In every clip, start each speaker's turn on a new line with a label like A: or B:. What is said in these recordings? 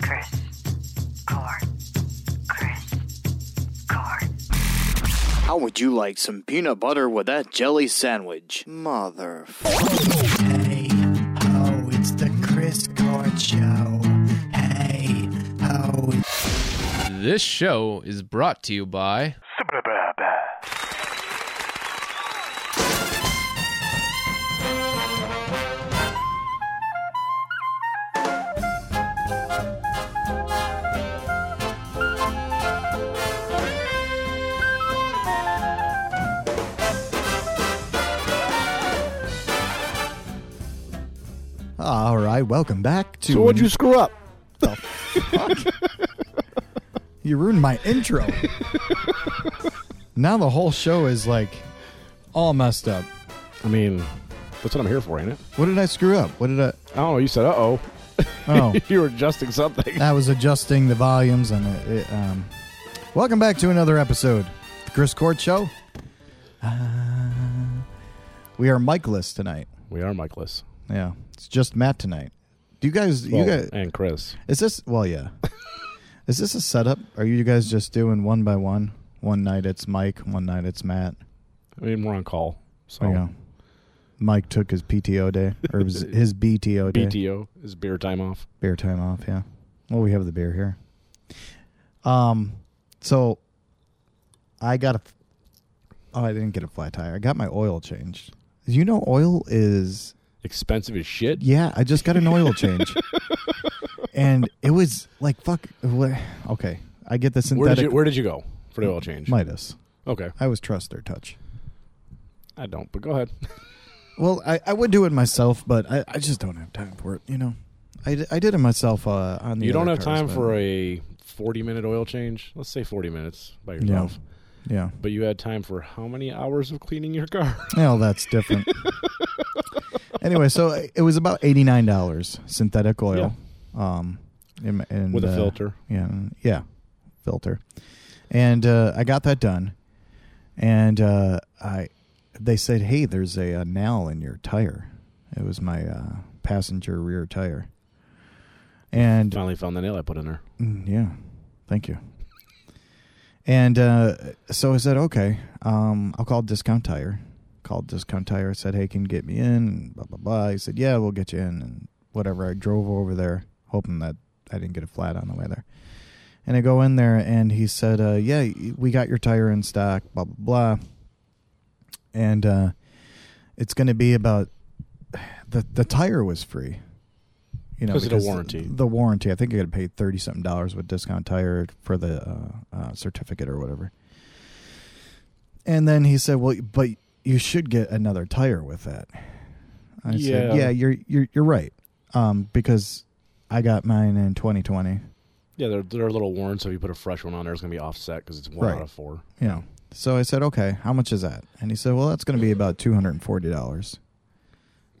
A: Chris. Core. Chris. Core.
B: How would you like some peanut butter with that jelly sandwich? Mother.
C: Hey ho, it's the Chris Court Show. Hey ho,
D: This show is brought to you by
C: All right, welcome back to.
E: So what'd you screw up?
C: You ruined my intro. now the whole show is like all messed up.
E: I mean, that's what I'm here for, ain't it?
C: What did I screw up? What did I?
E: I don't know. You said, "Uh oh,"
C: Oh,
E: you were adjusting something.
C: I was adjusting the volumes and it. it um, welcome back to another episode, the Chris Court Show. Uh, we are Mikeless tonight.
E: We are Mikeless.
C: Yeah, it's just Matt tonight. Do you guys?
E: Well,
C: you guys?
E: and Chris.
C: Is this well? Yeah. Is this a setup? Are you guys just doing one by one? One night it's Mike, one night it's Matt.
E: I mean, we're on call. So
C: There
E: Oh.
C: you go. Mike took his PTO day or was it his BTO day.
E: BTO is beer time off.
C: Beer time off. Yeah. Well, we have the beer here. Um. So I got a. Oh, I didn't get a flat tire. I got my oil changed. You know, oil is
E: Expensive as shit.
C: yeah, I just got an oil change. and it was like fuck wha- okay. I get the synthetic Mm-hmm.
E: Where did you Where did you go for the oil change?
C: Midas.
E: Okay,
C: I always trust their touch.
E: I don't. But go ahead.
C: Well, I, I would do it myself, but I, I just don't have time for it, you know. I, d- I did it myself uh, on the
E: you don't
C: other
E: have
C: cars,
E: time
C: but-
E: for a forty-minute oil change. Let's say forty minutes by yourself.
C: Yeah.
E: But you had time for how many hours of cleaning your car?
C: Well, that's different. anyway, so it was about $89 synthetic oil. Um and, and,
E: With a
C: uh,
E: filter.
C: Yeah, yeah, filter. And uh, I got that done, and uh, I, they said, "Hey, there's a, a nail in your tire." It was my uh, passenger rear tire, and
E: Finally found the nail I put in there.
C: Mm, Yeah. Thank you. And uh, so I said, okay, um, I'll call Discount Tire. Called Discount Tire, said, hey, can you get me in? And blah, blah, blah. He said, yeah, we'll get you in. And whatever. I drove over there, hoping that I didn't get a flat on the way there. And I go in there, and he said, uh, yeah, we got your tire in stock, blah, blah, blah. And uh, it's going to be about the, the tire was free. You know,
E: 'Cause of the warranty.
C: The warranty. I think you got to pay thirty something dollars with discount tire for the uh, uh, certificate or whatever. And then he said, "Well, but you should get another tire with that." I
E: Yeah.
C: said, "Yeah, you're you're you're right, um, because I got mine in 2020.
E: Yeah, there, there are little warrants. So if you put a fresh one on there, it's gonna be offset because it's one
C: Right.
E: out of four.
C: You know." So I said, "Okay, how much is that?" And he said, "Well, that's going to be about two hundred and forty dollars."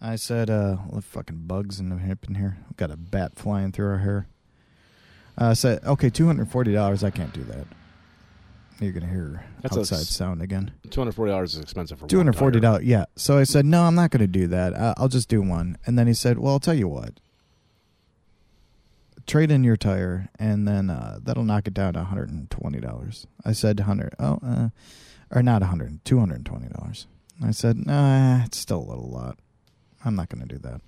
C: I said, uh, well, the fucking bugs in, the, up in here. I've got a bat flying through our hair. Uh, I said, okay, $240. I can't do that. You're going to hear
E: That's a
C: outside
E: s-
C: sound again.
E: Two hundred forty dollars is expensive for one
C: Two hundred forty
E: tire.
C: dollars. Yeah. So I said, no, I'm not going to do that. I- I'll just do one. And then he said, well, I'll tell you what. Trade in your tire, and then uh, that'll knock it down to one hundred and twenty dollars. I said hundred. Oh, uh, or not a hundred. Two hundred and twenty dollars. I said, nah, it's still a little lot. I'm not going to do that.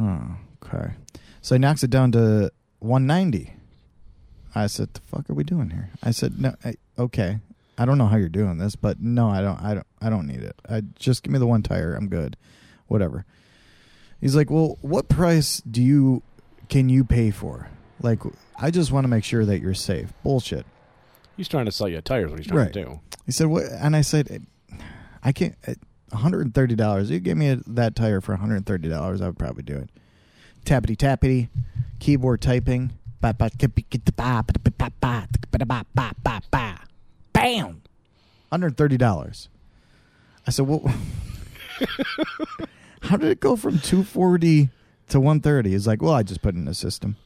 C: Oh, okay. So he knocks it down to one ninety. I said, "The fuck are we doing here?" I said, "No, I, okay. I don't know how you're doing this, but no, I don't. I don't. I don't need it. I just give me the one tire. I'm good. Whatever." He's like, "Well, what price do you can you pay for? Like, I just want to make sure that you're safe." Bullshit.
E: He's trying to sell you a tire. Is what he's trying to do.
C: He said, "What?" And I said, "I can't. One hundred and thirty dollars. You give me that tire for one hundred and thirty dollars, I would probably do it." Tappity tappity, keyboard typing. Ba- ba- ki- bi- ki- ba- ba- ba- ba- ba- ba- ba- ba- ba- ba. Bam. Hundred thirty dollars. I said, "Well, how did it go from two forty to one thirty? He's like, "Well, I just put it in the system."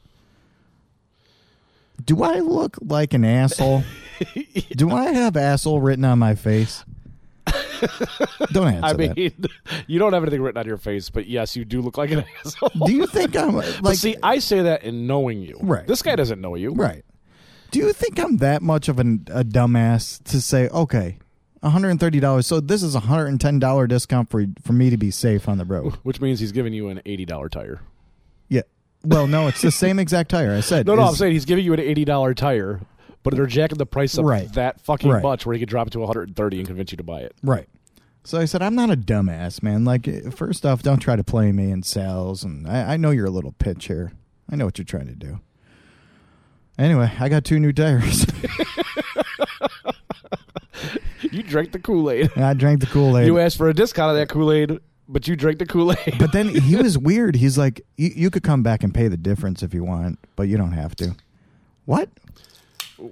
C: Do I look like an asshole? Do I have asshole written on my face? Don't answer
E: I mean,
C: that.
E: you don't have anything written on your face, but yes, you do look like an asshole.
C: Do you think I'm
E: But
C: like
E: see, I say that in knowing you.
C: Right.
E: This guy doesn't know you.
C: right? Do you think I'm that much of an, a dumbass to say okay, one hundred and thirty dollars? So this is a hundred and ten dollar discount for for me to be safe on the road.
E: Which means he's giving you an eighty dollar tire.
C: Yeah. Well, no, it's the same exact tire. I said
E: No, no,
C: is-
E: I'm saying he's giving you an eighty dollar tire, but they're jacking the price up
C: Right.
E: that fucking
C: Right.
E: much where he could drop it to one hundred and thirty and convince you to buy it.
C: Right. So I said, I'm not a dumbass, man. Like, eh, first off, don't try to play me in sales. And I, I know you're a little pitch here. I know what you're trying to do. Anyway, I got two new tires.
E: You drank the Kool Aid.
C: and I drank the Kool Aid.
E: You asked for a discount of that Kool Aid, but you drank the Kool Aid.
C: but then he was weird. He's like, "You- you could come back and pay the difference if you want, but you don't have to. What?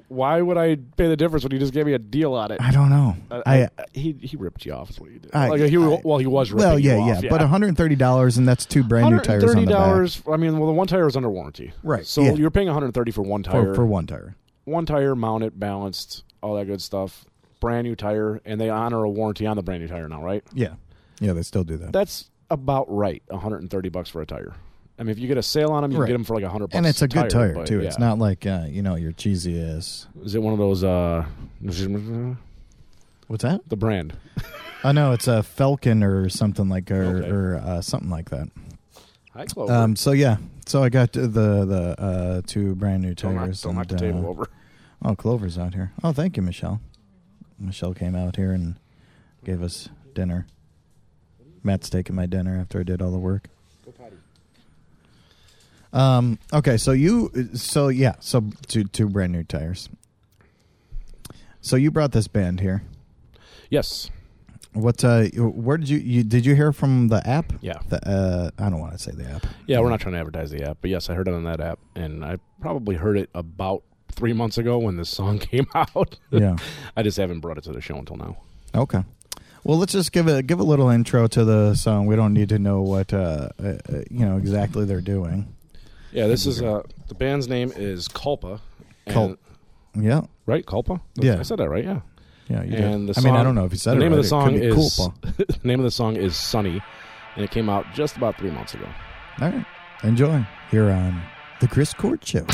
E: Why would I pay the difference when you just gave me a deal on it? Uh,
C: I don't know. I,
E: he he ripped you off. Is what he did.
C: I-
E: like he,
C: I-
E: well, he was ripping
C: well, yeah,
E: you off,
C: yeah, But $130, and that's two brand new tires on the back.
E: $130, I mean, well, the one tire is under warranty,
C: Right,
E: So
C: yeah.
E: you're paying 130 for one tire,
C: For, for one tire.
E: one tire mounted, balanced, all that good stuff. Brand new tire, and they honor a warranty on the brand new tire now, right?
C: Yeah. Yeah, they still do that.
E: That's about right. 130 bucks for a tire. I mean, if you get a sale on them, you
C: Right.
E: can get them for like 100. bucks
C: and it's a good tire,
E: but
C: too. It's
E: yeah.
C: not like, uh, you know, your cheesy ass.
E: Is it one of those? uh The
C: What's that?
E: brand.
C: Oh no, it's a Falcon or something like or,
E: Okay.
C: or uh, something like that.
E: Hi, Clover.
C: Um, so yeah, so I got the the uh, two brand new
E: don't knock,
C: tires.
E: don't knock the
C: and,
E: table
C: uh,
E: over.
C: Oh, Clover's out here. Oh, thank you, Michelle. Michelle came out here and gave us dinner. Matt's taking my dinner after I did all the work. Um. Okay. So you. So yeah. So two two brand new tires. So you brought this band here.
E: Yes.
C: What? Uh, where did you, you did you hear from the app?
E: Yeah.
C: The, uh, I don't want to say the app.
E: Yeah, we're not trying to advertise the app, but yes, I heard it on that app, and I probably heard it about three months ago when this song came out.
C: Yeah.
E: I just haven't brought it to the show until now.
C: Okay. Well, let's just give a give a little intro to the song. We don't need to know what uh, uh, uh, you know exactly they're doing.
E: Yeah, this is uh, the band's name is Culpa. and-
C: Cul- Yeah.
E: right? Culpa.
C: Yeah.
E: I said that right. Yeah.
C: Yeah. You
E: and
C: did.
E: the
C: I mean, I
E: song-
C: don't know if you said
E: the
C: it
E: name
C: right.
E: of the song
C: it could be
E: is
C: cool, Paul.
E: the name of the song is Sunny, and it came out just about three months ago.
C: All right. Enjoy here on the Chris Court Show.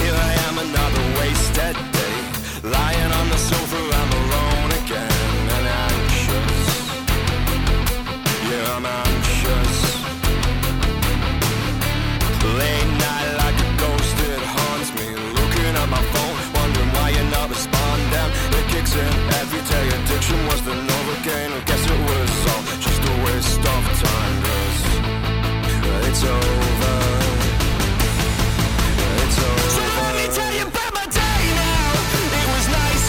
F: Here I am another wasted day Lying on the sofa, I'm alone again And anxious Yeah, I'm anxious Late night like a ghost, it haunts me Looking at my phone, wondering why you're not responding It kicks in every day, addiction was the Novocaine I guess it was all just a waste of time 'cause it's over it's over. So let me tell you about my day now. It was nice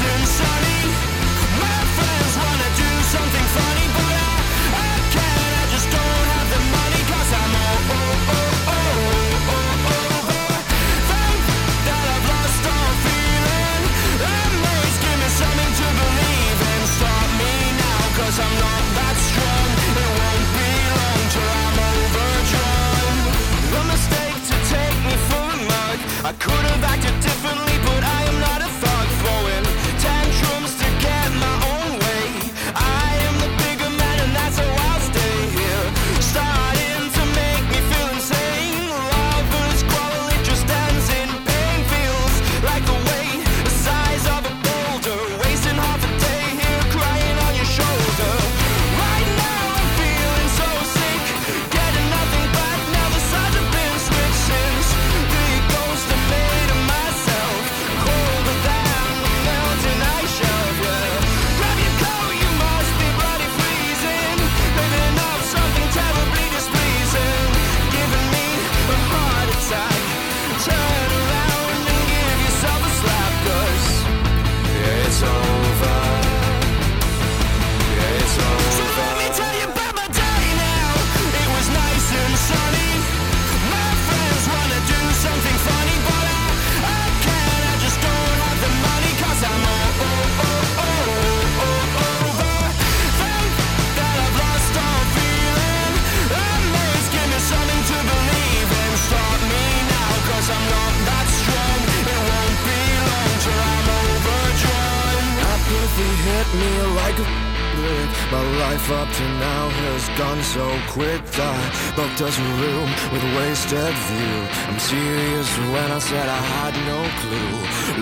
F: me like a brick. My life up to now has gone so quick. I booked us a room with a wasted view. I'm serious when I said I had no clue.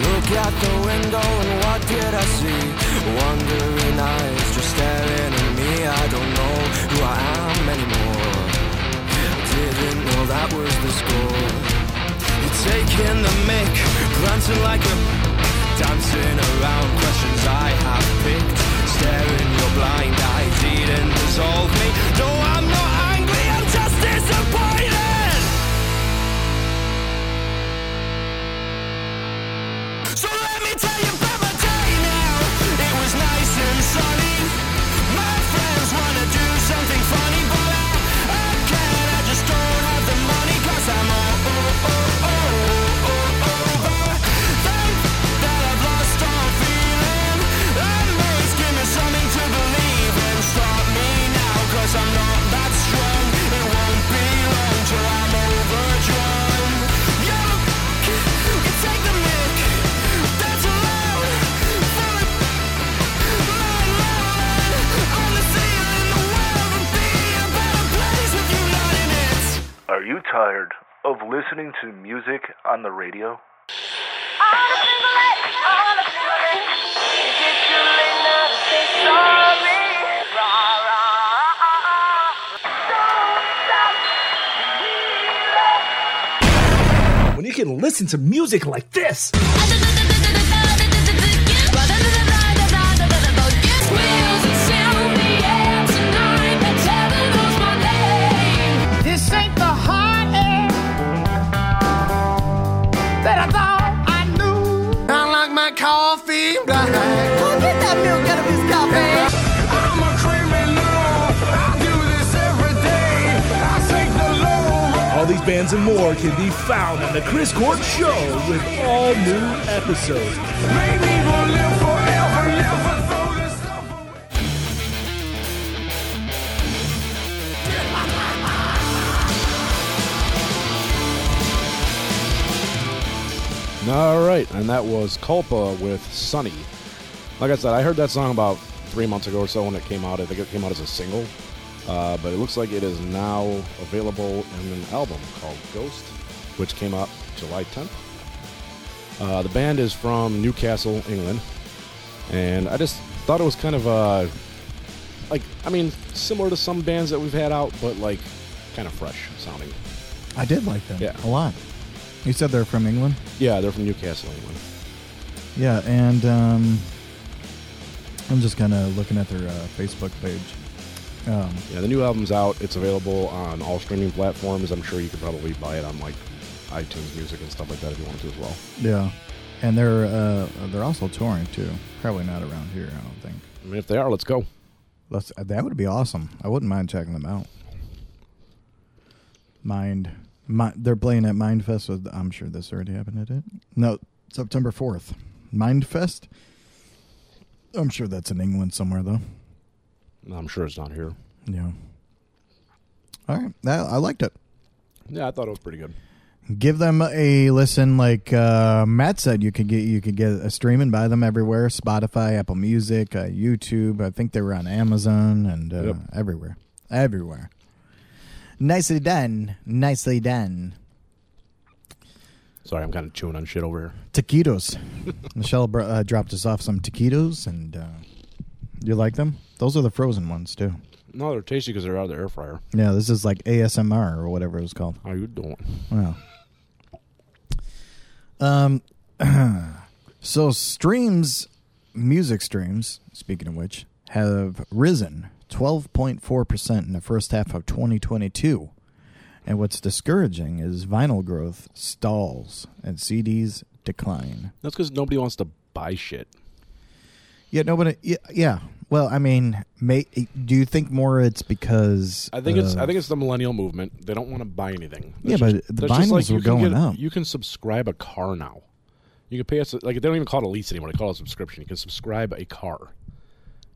F: Look out the window and what did I see? Wandering eyes just staring at me. I don't know who I am anymore. Didn't know that was the score. You're taking the mic, prancing like a Dancing around questions I have picked. Staring your blind eyes, eating dissolve me. No, I'm not angry, I'm just disappointed. So let me tell you about my day now. It was nice and sunny. My friends wanna do something funny, but I, I can't. I just don't have the money, cause I'm all oh, over them oh, that I've lost all feeling. That makes give me something to believe in. Stop me now, cause I'm not that strong. It won't be long till I'm overdrawn. You, you take the mic. That's allowed. For a lying loud on the ceiling. The world would be a better place with you not in it.
G: Are you tired of listening to music on the radio?
H: When you can listen to music like this.
I: This ain't the hot air that I thought I knew.
F: I like my coffee black. Go get that milk out of his cafe. I'm a criminal. I do this every day. I take the low road.
H: All these bands and more can be found on The Chris Court Show with all new episodes.
F: Make me wanna live forever. Never throw this stuff away.
E: All right, and that was Culpa with Sunny. Like I said, I heard that song about three months ago or so when it came out. I think it came out as a single, uh, but it looks like it is now available in an album called Ghost, which came out July 10th. Uh, the band is from Newcastle, England, and I just thought it was kind of uh, like I mean, similar to some bands that we've had out, but like kind of fresh sounding.
C: I did like them
E: Yeah.
C: a lot. You said they're from England.
E: Yeah, they're from Newcastle, England.
C: Yeah, and um, I'm just kind of looking at their uh, Facebook page. Um,
E: Yeah, the new album's out. It's available on all streaming platforms. I'm sure you could probably buy it on like iTunes Music and stuff like that if you wanted to as well.
C: yeah, and they're uh, they're also touring too. Probably not around here, I don't think.
E: I mean, if they are, let's go.
C: Let's, that would be awesome. I wouldn't mind checking them out. Mind, Mi- they're playing at Mindfest. With, I'm sure this already happened. Did it? No, September fourth. Mindfest. I'm sure that's in England somewhere though.
E: No, I'm sure it's not here.
C: Yeah. All right, I, I liked it.
E: Yeah, I thought it was pretty good.
C: Give them a listen, like uh, Matt said. You could get you could get a stream and buy them everywhere: Spotify, Apple Music, uh, YouTube. I think they were on Amazon and uh,
E: Yep.
C: everywhere, everywhere. Nicely done, nicely done.
E: Sorry, I'm kind of chewing on shit over here.
C: Taquitos. Michelle br- uh, dropped us off some taquitos, and uh, you like them? Those are the frozen ones too.
E: No, they're tasty because they're out of the air fryer.
C: Yeah, this is like ASMR or whatever it was called.
E: How you doing?
C: Wow. Um, so streams, music streams. Speaking of which, have risen twelve point four percent in the first half of twenty twenty two. And what's discouraging is vinyl growth stalls and CDs decline.
E: That's because nobody wants to buy shit.
C: Yeah, nobody. Yeah, yeah. Well, I mean, may, do you think more it's because
E: I think it's
C: of-
E: I think it's the millennial movement. They don't want to buy anything.
C: Uh. Yeah,
E: That's
C: but the
E: that's just
C: vinyls
E: you
C: were
E: can
C: going
E: get-
C: up.
E: You can subscribe a car now. You can pay us like they don't even call it a lease anymore. They call it a subscription. You can subscribe a car.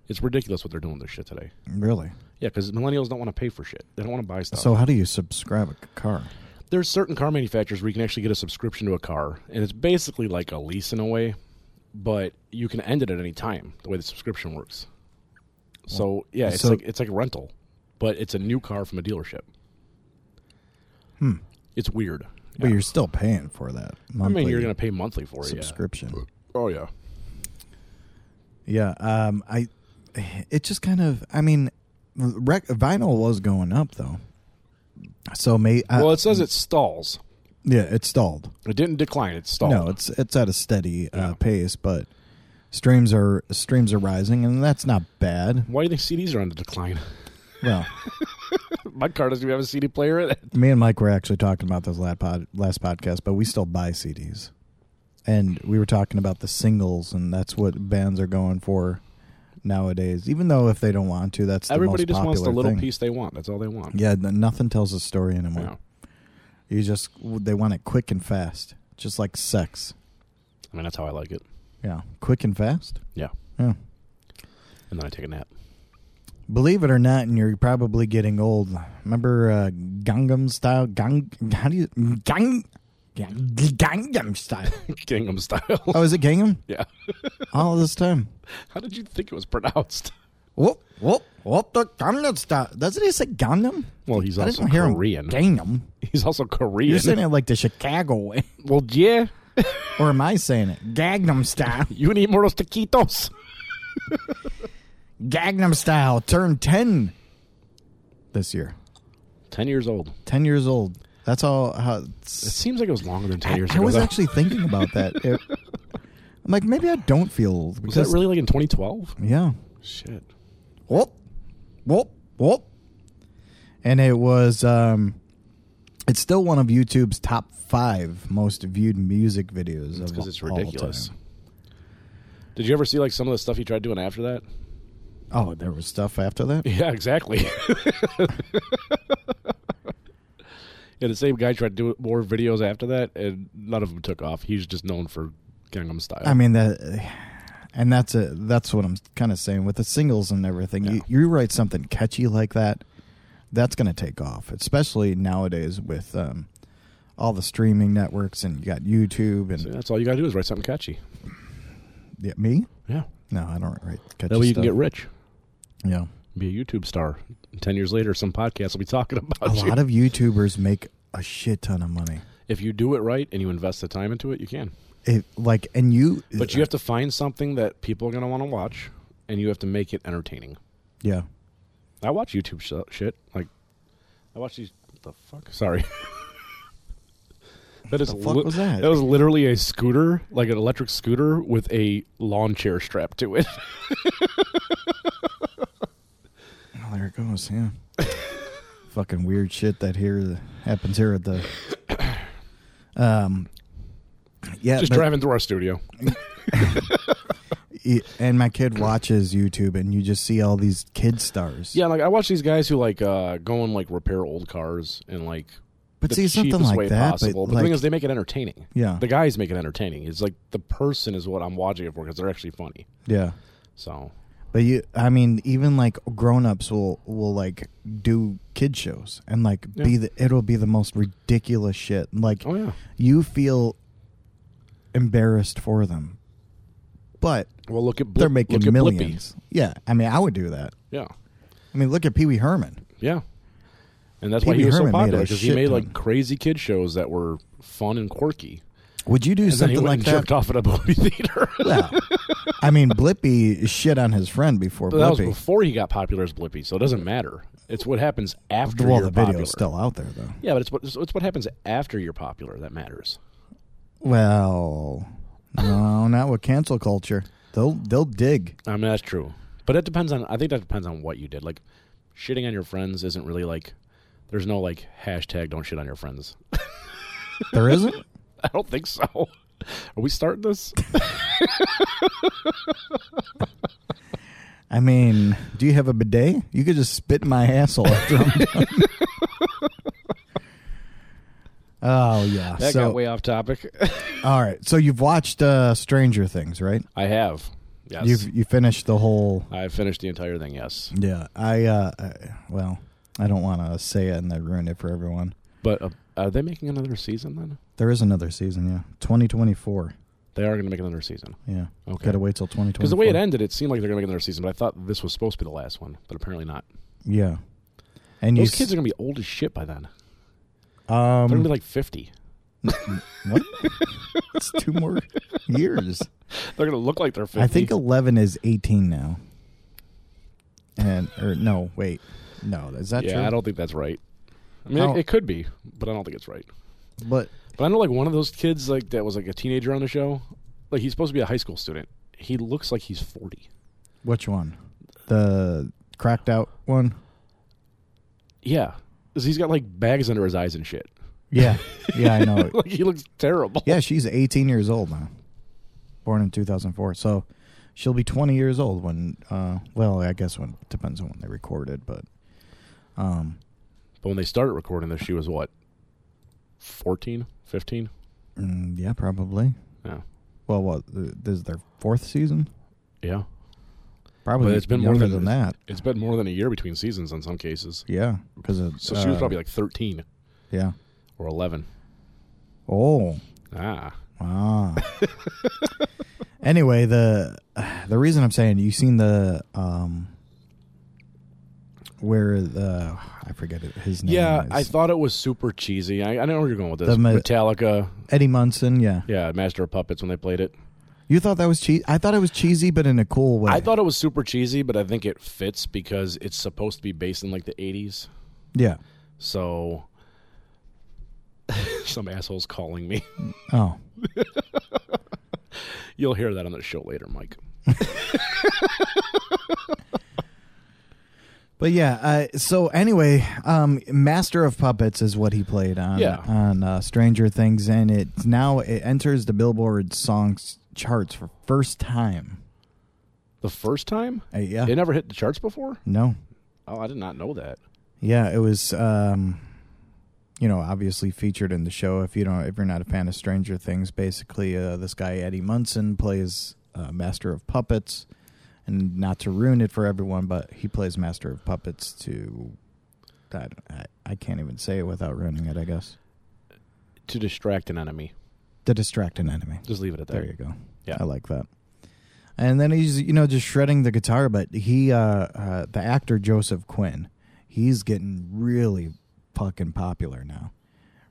E: It's ridiculous what they're doing with this shit today.
C: really.
E: Yeah, because millennials don't want to pay for shit. They don't want to buy stuff.
C: So how do you subscribe a car?
E: there's certain car manufacturers where you can actually get a subscription to a car, and it's basically like a lease in a way. but you can end it at any time. The way the subscription works. So yeah, it's
C: So-
E: like it's like a rental, but it's a new car from a dealership.
C: Hmm.
E: It's weird.
C: But
E: Yeah.
C: you're still paying for that.
E: I mean,
C: monthly
E: you're gonna pay monthly for it. yeah.
C: subscription.
E: Oh yeah.
C: Yeah, um, I. It just kind of. I mean, rec- vinyl was going up though, so may. I,
E: well, it says it stalls.
C: yeah, it stalled.
E: It didn't decline. It stalled.
C: No, it's it's at a steady
E: Yeah.
C: uh, pace, but streams are streams are rising, and that's not bad.
E: Why do you think CDs are on the decline?
C: Well,
E: My car doesn't even have a CD player in it.
C: me and Mike were actually talking about this last pod, last podcast, but we still buy CDs, and we were talking about the singles, and that's what bands are going for nowadays. Even though if they don't want to, that's the
E: Everybody
C: most
E: just wants the
C: popular
E: little
C: thing.
E: piece they want. That's all they want.
C: Yeah, n- nothing tells a story anymore.
E: Yeah.
C: You just they want it quick and fast, just like sex.
E: I mean, that's how I like it.
C: Yeah, quick and fast.
E: Yeah.
C: Yeah.
E: And then I take a nap.
C: Believe it or not, and you're probably getting old. Remember uh, Gangnam Style? Gang? How do you Gang? Gang- Gangnam Style.
E: Gangnam style.
C: Oh, is it Gangnam?
E: yeah.
C: All this time.
E: How did you think it was pronounced?
C: Whoop whoop whoop the Gangnam Style. Doesn't he say Gangnam?
E: Well, he's
C: I
E: also
C: didn't hear
E: Korean.
C: him. Gangnam.
E: He's also Korean.
C: You're saying it like the Chicago way,
E: well, yeah.
C: or am I saying it Gangnam Style?
E: You need more taquitos.
C: Gangnam Style turned 10 this year.
E: Ten years old.
C: 10 years old. That's all how
E: It seems like it was longer than ten
C: I,
E: years
C: I
E: ago.
C: was
E: though.
C: actually thinking about that. It- I'm like maybe I don't feel old
E: was that
C: because
E: really like in 2012?
C: yeah.
E: Shit.
C: Whoop. Whoop. Whoop. And it was um it's still one of YouTube's top 5 most viewed music videos
E: That's
C: of
E: because it's
C: all
E: ridiculous.
C: time.
E: Did you ever see like some of the stuff he tried doing after that?
C: Oh, there was stuff after that?
E: Yeah, exactly. yeah, the same guy tried to do more videos after that, and none of them took off. He's just known for Gangnam Style.
C: I mean that, and that's a that's what I'm kind of saying with the singles and everything. You, you write something catchy like that, that's going to take off, especially nowadays with um, all the streaming networks and you got YouTube and
E: So that's all you gotta do is write something catchy.
C: Yeah, uh, me.
E: Yeah,
C: No, I don't write catchy
E: that way you
C: stuff.
E: can get rich,
C: yeah,
E: be a YouTube star. Ten years later, some podcast will be talking
C: a
E: about you.
C: lot of YouTubers make a shit ton of money.
E: if you do it right and you invest the time into it, you can.
C: It like and you,
E: But you have to find something that people are gonna want to watch, and you have to make it entertaining.
C: yeah.
E: I watch YouTube sh- shit. Like, I watch these. What the fuck? Sorry. that is
C: The fuck was that?
E: That was literally a scooter, like an electric scooter with a lawn chair strapped to it.
C: Oh, there it goes. Yeah. Fucking weird shit that here that happens here at the. Um. Yeah,
E: Just
C: but-
E: driving through our studio.
C: y- and my kid watches YouTube, and you just see all these kid stars.
E: Yeah, like I watch these guys who like uh, go and like repair old cars and like.
C: But
E: the
C: see, something
E: cheapest
C: like
E: way
C: that, but,
E: possible. But, the
C: like-
E: thing is, they make it entertaining.
C: Yeah.
E: the guys make it entertaining. It's like the person is what I'm watching it for because they're actually funny.
C: yeah.
E: So
C: But you, I mean, even like grown-ups will will like do kid shows and like be
E: Yeah.
C: the it'll be the most ridiculous shit. Like,
E: Oh, yeah.
C: you feel embarrassed for them, but
E: well, look at Blip,
C: they're making
E: look at Blippi.
C: millions. Yeah, I mean, I would do that.
E: Yeah,
C: I mean, look at Pee Wee Herman.
E: Yeah. And that's why
C: Pee-wee
E: he was so
C: Herman made
E: popular
C: a
E: because he
C: shit
E: made like
C: ton.
E: crazy kid shows that were fun and quirky.
C: Would you do
E: And then
C: something
E: he went
C: like
E: and
C: that?
E: jerked off at a movie theater.
C: Well, I mean, Blippy shit on his friend before
E: But that was
C: Blippy.
E: before he got popular as Blippi, so it doesn't matter. It's what happens after
C: well,
E: you're
C: the video's
E: popular.
C: still out there though.
E: Yeah, but it's what it's, it's what happens after you're popular that matters.
C: Well, no, not with cancel culture. They'll they'll dig.
E: I mean that's true, but it depends on. I think that depends on what you did. Like shitting on your friends isn't really like. There's no like hashtag don't shit on your friends.
C: There isn't.
E: I don't think so. Are we starting this?
C: I mean, do you have a bidet? You could just spit in my asshole after I'm done. oh yeah.
E: That
C: so
E: got way off topic.
C: all right. So you've watched uh, Stranger Things, right?
E: I have. Yes.
C: You've you finished the whole.
E: I finished the entire thing. Yes,
C: Yeah, I uh, I, well, I don't want to say it and then ruin it for everyone.
E: but uh, are they making another season then?
C: There is another season, yeah, 2024.
E: They are going to make another season.
C: Yeah.
E: Okay.
C: Got to wait till 2020.
E: Because the way it ended, it seemed like they're going to make another season, but I thought this was supposed to be the last one, but apparently not.
C: Yeah. And
E: Those
C: you
E: kids are going to be old as shit by then.
C: are um,
E: They're going to be like 50.
C: what? it's two more years.
E: They're going to look like they're 50.
C: I think 11 is 18 now. And or no, wait. No, is that
E: yeah,
C: true?
E: I don't think that's right. I mean,
C: How-
E: it, it could be, but I don't think it's right.
C: but
E: But I know like one of those kids like that was like a teenager on the show. Like he's supposed to be a high school student. He looks like he's 40.
C: which one? The cracked out one?
E: Yeah. 'Cause He's got like bags under his eyes and shit.
C: Yeah. Yeah, I know. it.
E: Like he looks terrible.
C: Yeah, she's 18 years old now. Born in 2004. So she'll be 20 years old when, uh, well, I guess when depends on when they recorded, but
E: But when they started recording this, she was what? 14, 15?
C: mm, yeah, probably.
E: Yeah.
C: Well, what? th- This is their fourth season?
E: Yeah.
C: Probably.
E: But it's been more
C: younger
E: than,
C: than, that.
E: It's been more than a year between seasons in some cases.
C: Yeah. Cause of,
E: So she was
C: uh,
E: probably like 13
C: Yeah.
E: or 11.
C: Oh.
E: Ah.
C: Ah. anyway, the the reason I'm saying you've seen the um where the I forget it- his name.
E: Yeah,
C: is.
E: I thought it was super cheesy. I, I know where you're going with this.
C: The ma-
E: Metallica,
C: Eddie Munson. Yeah,
E: yeah, Master of Puppets when they played it.
C: you thought that was cheesy. I thought it was cheesy, but in a cool way.
E: I thought it was super cheesy, but I think it fits because it's supposed to be based in like the 80s.
C: Yeah.
E: So some asshole's calling me.
C: Oh.
E: You'll hear that on the show later, Mike.
C: But yeah, uh, so anyway, um, Master of Puppets is what he played on
E: Yeah.
C: on uh, Stranger Things, and it now it enters the Billboard songs charts for first time.
E: The first time?
C: Uh, yeah,
E: It never hit the charts before?
C: no,
E: Oh, I did not know that.
C: Yeah, it was um you know, obviously featured in the show. If you don't if you're not a fan of Stranger Things, basically uh, this guy Eddie Munson plays uh, Master of Puppets and not to ruin it for everyone, but he plays Master of Puppets to I, don't- I, I can't even say it without ruining it, I guess.
E: To distract an enemy.
C: To distract an enemy.
E: Just leave it at that.
C: There you go.
E: Yeah.
C: I like that. And then he's you know just shredding the guitar, but he uh, uh the actor Joseph Quinn, he's getting really fucking popular now,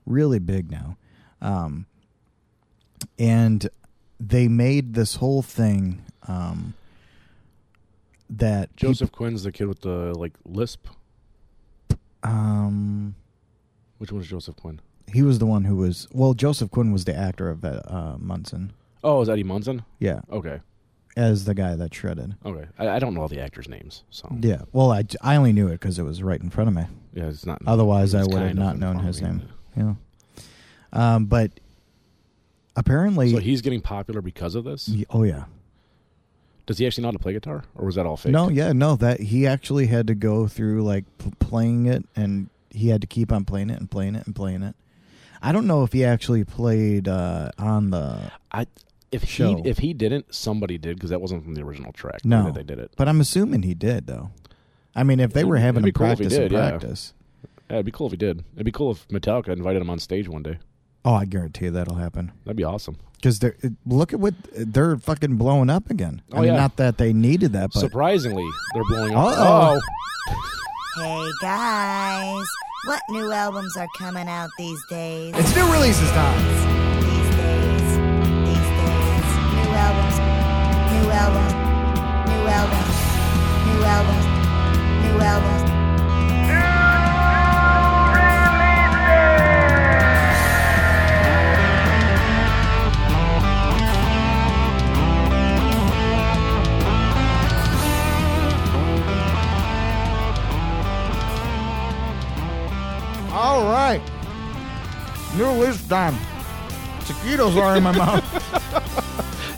C: really big now, um, and they made this whole thing um that peop-
E: Joseph Quinn's the kid with the like lisp.
C: um
E: Which one's Joseph Quinn?
C: he was the one who was well Joseph Quinn was the actor of that uh, Munson,
E: Oh, is Eddie Munson?
C: yeah,
E: Okay.
C: as the guy that shredded.
E: Okay. I, I don't know all the actors' names, so
C: Yeah, well, I, I only knew it because it was right in front of me.
E: yeah, it's not
C: Otherwise, I
E: it's
C: would have
E: kind of
C: not known
E: involving
C: his name.
E: it.
C: Yeah. Um, but apparently,
E: So he's getting popular because of this?
C: Y- oh yeah,
E: Does he actually know how to play guitar? Or was that all fake?
C: no, yeah, no. That he actually had to go through like p- playing it, and he had to keep on playing it and playing it and playing it. I don't know if he actually played uh, on the,
E: I if
C: Show.
E: he if he didn't, somebody did because that wasn't from the original track. the
C: No.
E: way that they did it.
C: but I'm assuming he did though. I mean, if they were having
E: It'd be
C: him
E: cool if he
C: practice and
E: did, yeah.
C: practice,
E: Yeah, it'd be cool if he did. It'd be cool if Metallica invited him on stage one day.
C: oh, I guarantee you that'll happen.
E: That'd be awesome.
C: Because they're it- look at what they're fucking blowing up again. I
E: Oh,
C: mean,
E: yeah.
C: not that they needed that, but
E: Surprisingly, they're blowing up. Oh,
C: Uh-oh.
A: Hey guys, what new albums are coming out these days?
C: it's new releases time.
A: These days, these days, new albums, new albums, new albums, new albums, new albums.
C: All right. New release time. Chiquitos are in my mouth.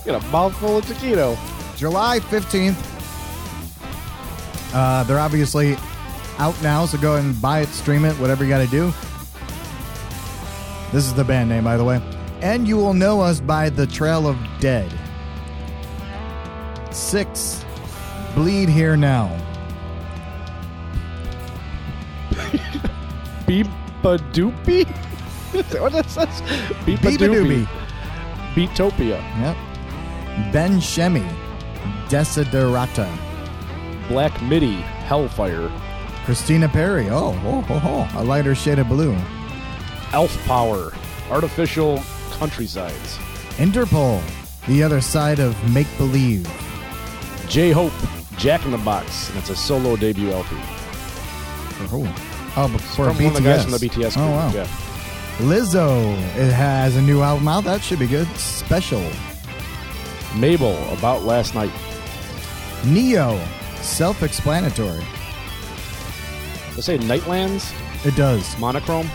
E: You got a mouthful of taquito.
C: July 15th. Uh, they're obviously out now, so go ahead and buy it, stream it, whatever you got to do. This is the band name, by the way. And you will know us by The Trail of Dead. Six. Bleed Here Now.
E: Beep a doopy. what that says? Beep
C: Beep a doobie.
E: Beatopia,
C: Yep. Ben Shemi, Desiderata,
E: Black Midi, Hellfire,
C: Christina Perry. Oh, oh, oh, oh, a lighter shade of blue.
E: Elf Power, Artificial Countrysides,
C: Interpol, the other side of make believe.
E: J Hope, Jack in the Box, and it's a solo debut LP.
C: For who? Oh, but for
E: From
C: BTS.
E: one of the guys from the BTS
C: Oh
E: group,
C: wow.
E: yeah.
C: Lizzo, it has a new album out. That should be good. Special.
E: Mabel, About Last Night.
C: Neo, self-explanatory.
E: Let's say Nightlands,
C: It does.
E: Monochrome,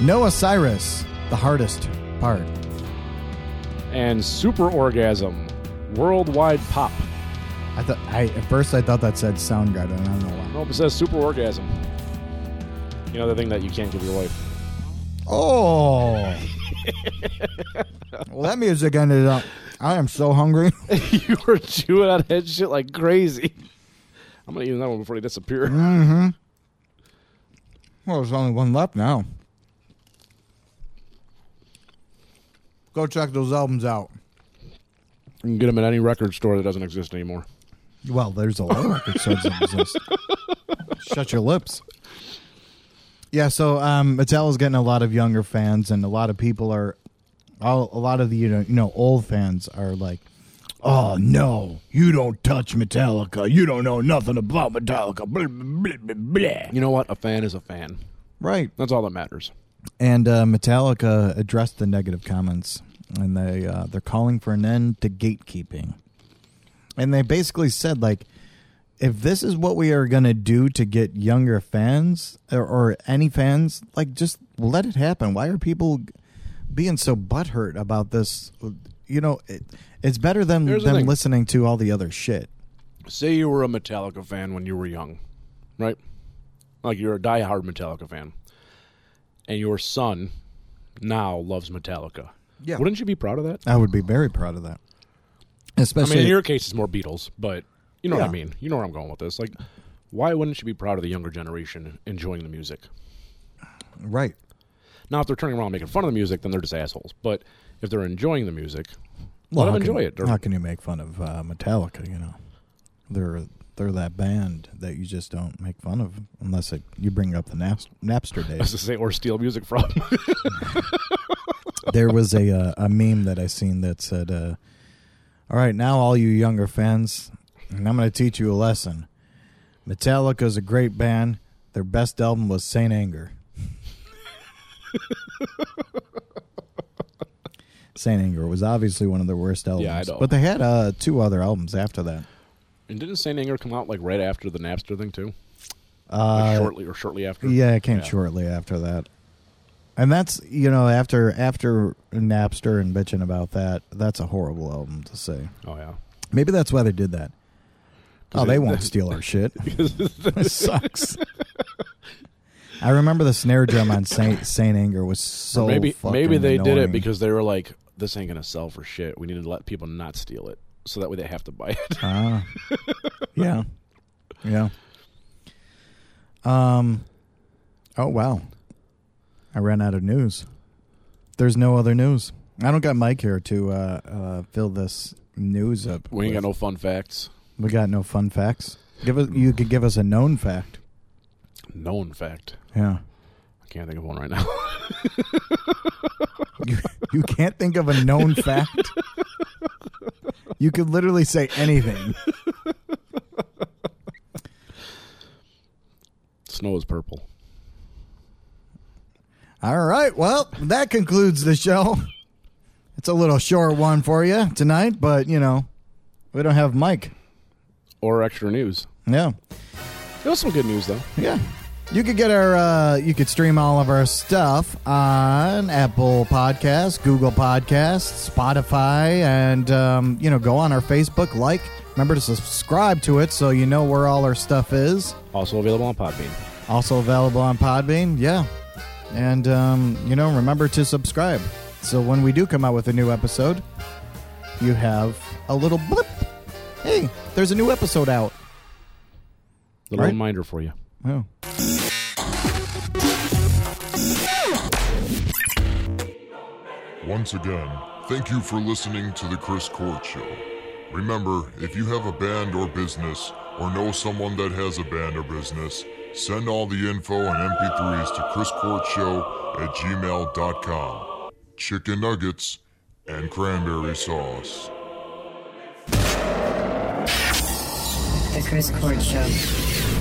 C: Noah Cyrus, the hardest part.
E: and Super Orgasm, Worldwide Pop.
C: I thought I at first I thought that said Soundgarden. I don't know why.
E: Nope, it says Super Orgasm. You know the thing that you can't give your wife.
C: Oh. well, that music ended up. I am so hungry.
E: you were chewing on head shit like crazy. I'm gonna eat that one before they disappear.
C: Well, there's only one left now. Go check those albums out.
E: You can get them at any record store that doesn't exist anymore.
C: Well, there's a lot of record stores that exist. Shut your lips. Yeah, so um, Mattel is getting a lot of younger fans, and a lot of people are, all, a lot of the you know, you know old fans are like, "Oh no, you don't touch Metallica. You don't know nothing about Metallica." Blah, blah, blah, blah.
E: You know what? A fan is a fan.
C: Right.
E: That's all that matters.
C: And uh, Metallica addressed the negative comments, and they uh, they're calling for an end to gatekeeping. And they basically said like, if this is what we are gonna do to get younger fans or, or any fans, like just let it happen. Why are people being so butthurt about this? You know, it, it's better than
E: Here's the
C: them
E: thing.
C: listening to all the other shit.
E: Say you were a Metallica fan when you were young, right? Like you're a diehard Metallica fan, and your son now loves Metallica.
C: Yeah.
E: Wouldn't you be proud of that?
C: I would be very proud of that.
E: I mean,
C: Especially
E: in your case, it's more Beatles, but you know what
C: Yeah.
E: I mean. You know where I'm going with this. Like, why wouldn't you be proud of the younger generation enjoying the music?
C: right.
E: Now, if they're turning around and making fun of the music, then they're just assholes. But if they're enjoying the music,
C: Well,
E: let
C: how
E: them enjoy
C: can,
E: it. Or-
C: How can you make fun of uh, Metallica? You know, they're they're that band that you just don't make fun of unless it, you bring up the Naps- Napster
E: as
C: days.
E: to say, or steal music from.
C: there was a uh, a meme that I seen that said, uh, "All right, now all you younger fans, and I'm going to teach you a lesson. Metallica's a great band. Their best album was Saint Anger." Saint Anger was obviously one of their worst albums,
E: I know.
C: but they had uh, two other albums after that.
E: and didn't Saint Anger come out like right after the Napster thing too?
C: Uh,
E: Like, shortly or shortly after?
C: Yeah, it came
E: Yeah.
C: shortly after that. And that's you know after after Napster and bitching about that, that's a horrible album to say.
E: Oh yeah.
C: Maybe that's why they did that. Oh, they
E: it-
C: won't steal our shit. it sucks. I remember the snare drum on Saint Saint Anger was so
E: maybe
C: fucking
E: maybe they did
C: annoying.
E: it because they were like, this ain't gonna sell for shit. We need to let people not steal it, so that way they have to buy it.
C: Ah. yeah, yeah. Um. Oh wow, I ran out of news. There's no other news. I don't got Mike here to uh, uh, fill this news up.
E: we ain't got
C: with.
E: no fun facts,
C: We got no fun facts. Give us. You could give us a known fact.
E: known fact.
C: Yeah.
E: I can't think of one right now.
C: You you can't think of a known fact. You could literally say anything.
E: Snow is purple.
C: All right. Well, that concludes the show. It's a little short one for you tonight, but you know, we don't have Mike.
E: Or extra news.
C: Yeah.
E: There was some good news though.
C: Yeah. You could get our, uh, you could stream all of our stuff on Apple Podcasts, Google Podcasts, Spotify, and, um, you know, go on our Facebook, like, remember to subscribe to it so you know where all our stuff is.
E: Also available on Podbean.
C: Also available on Podbean. Yeah. And, um, you know, remember to subscribe. So when we do come out with a new episode, you have a little blip. Hey, there's a new episode out.
E: Little
C: Right.
E: reminder for you.
C: Oh.
J: Once again, thank you for listening to The Chris Court Show. Remember, if you have a band or business, or know someone that has a band or business, send all the info and MP3s to chriscourtshow at gmail.com. Chicken nuggets and cranberry sauce.
K: The Chris Court Show.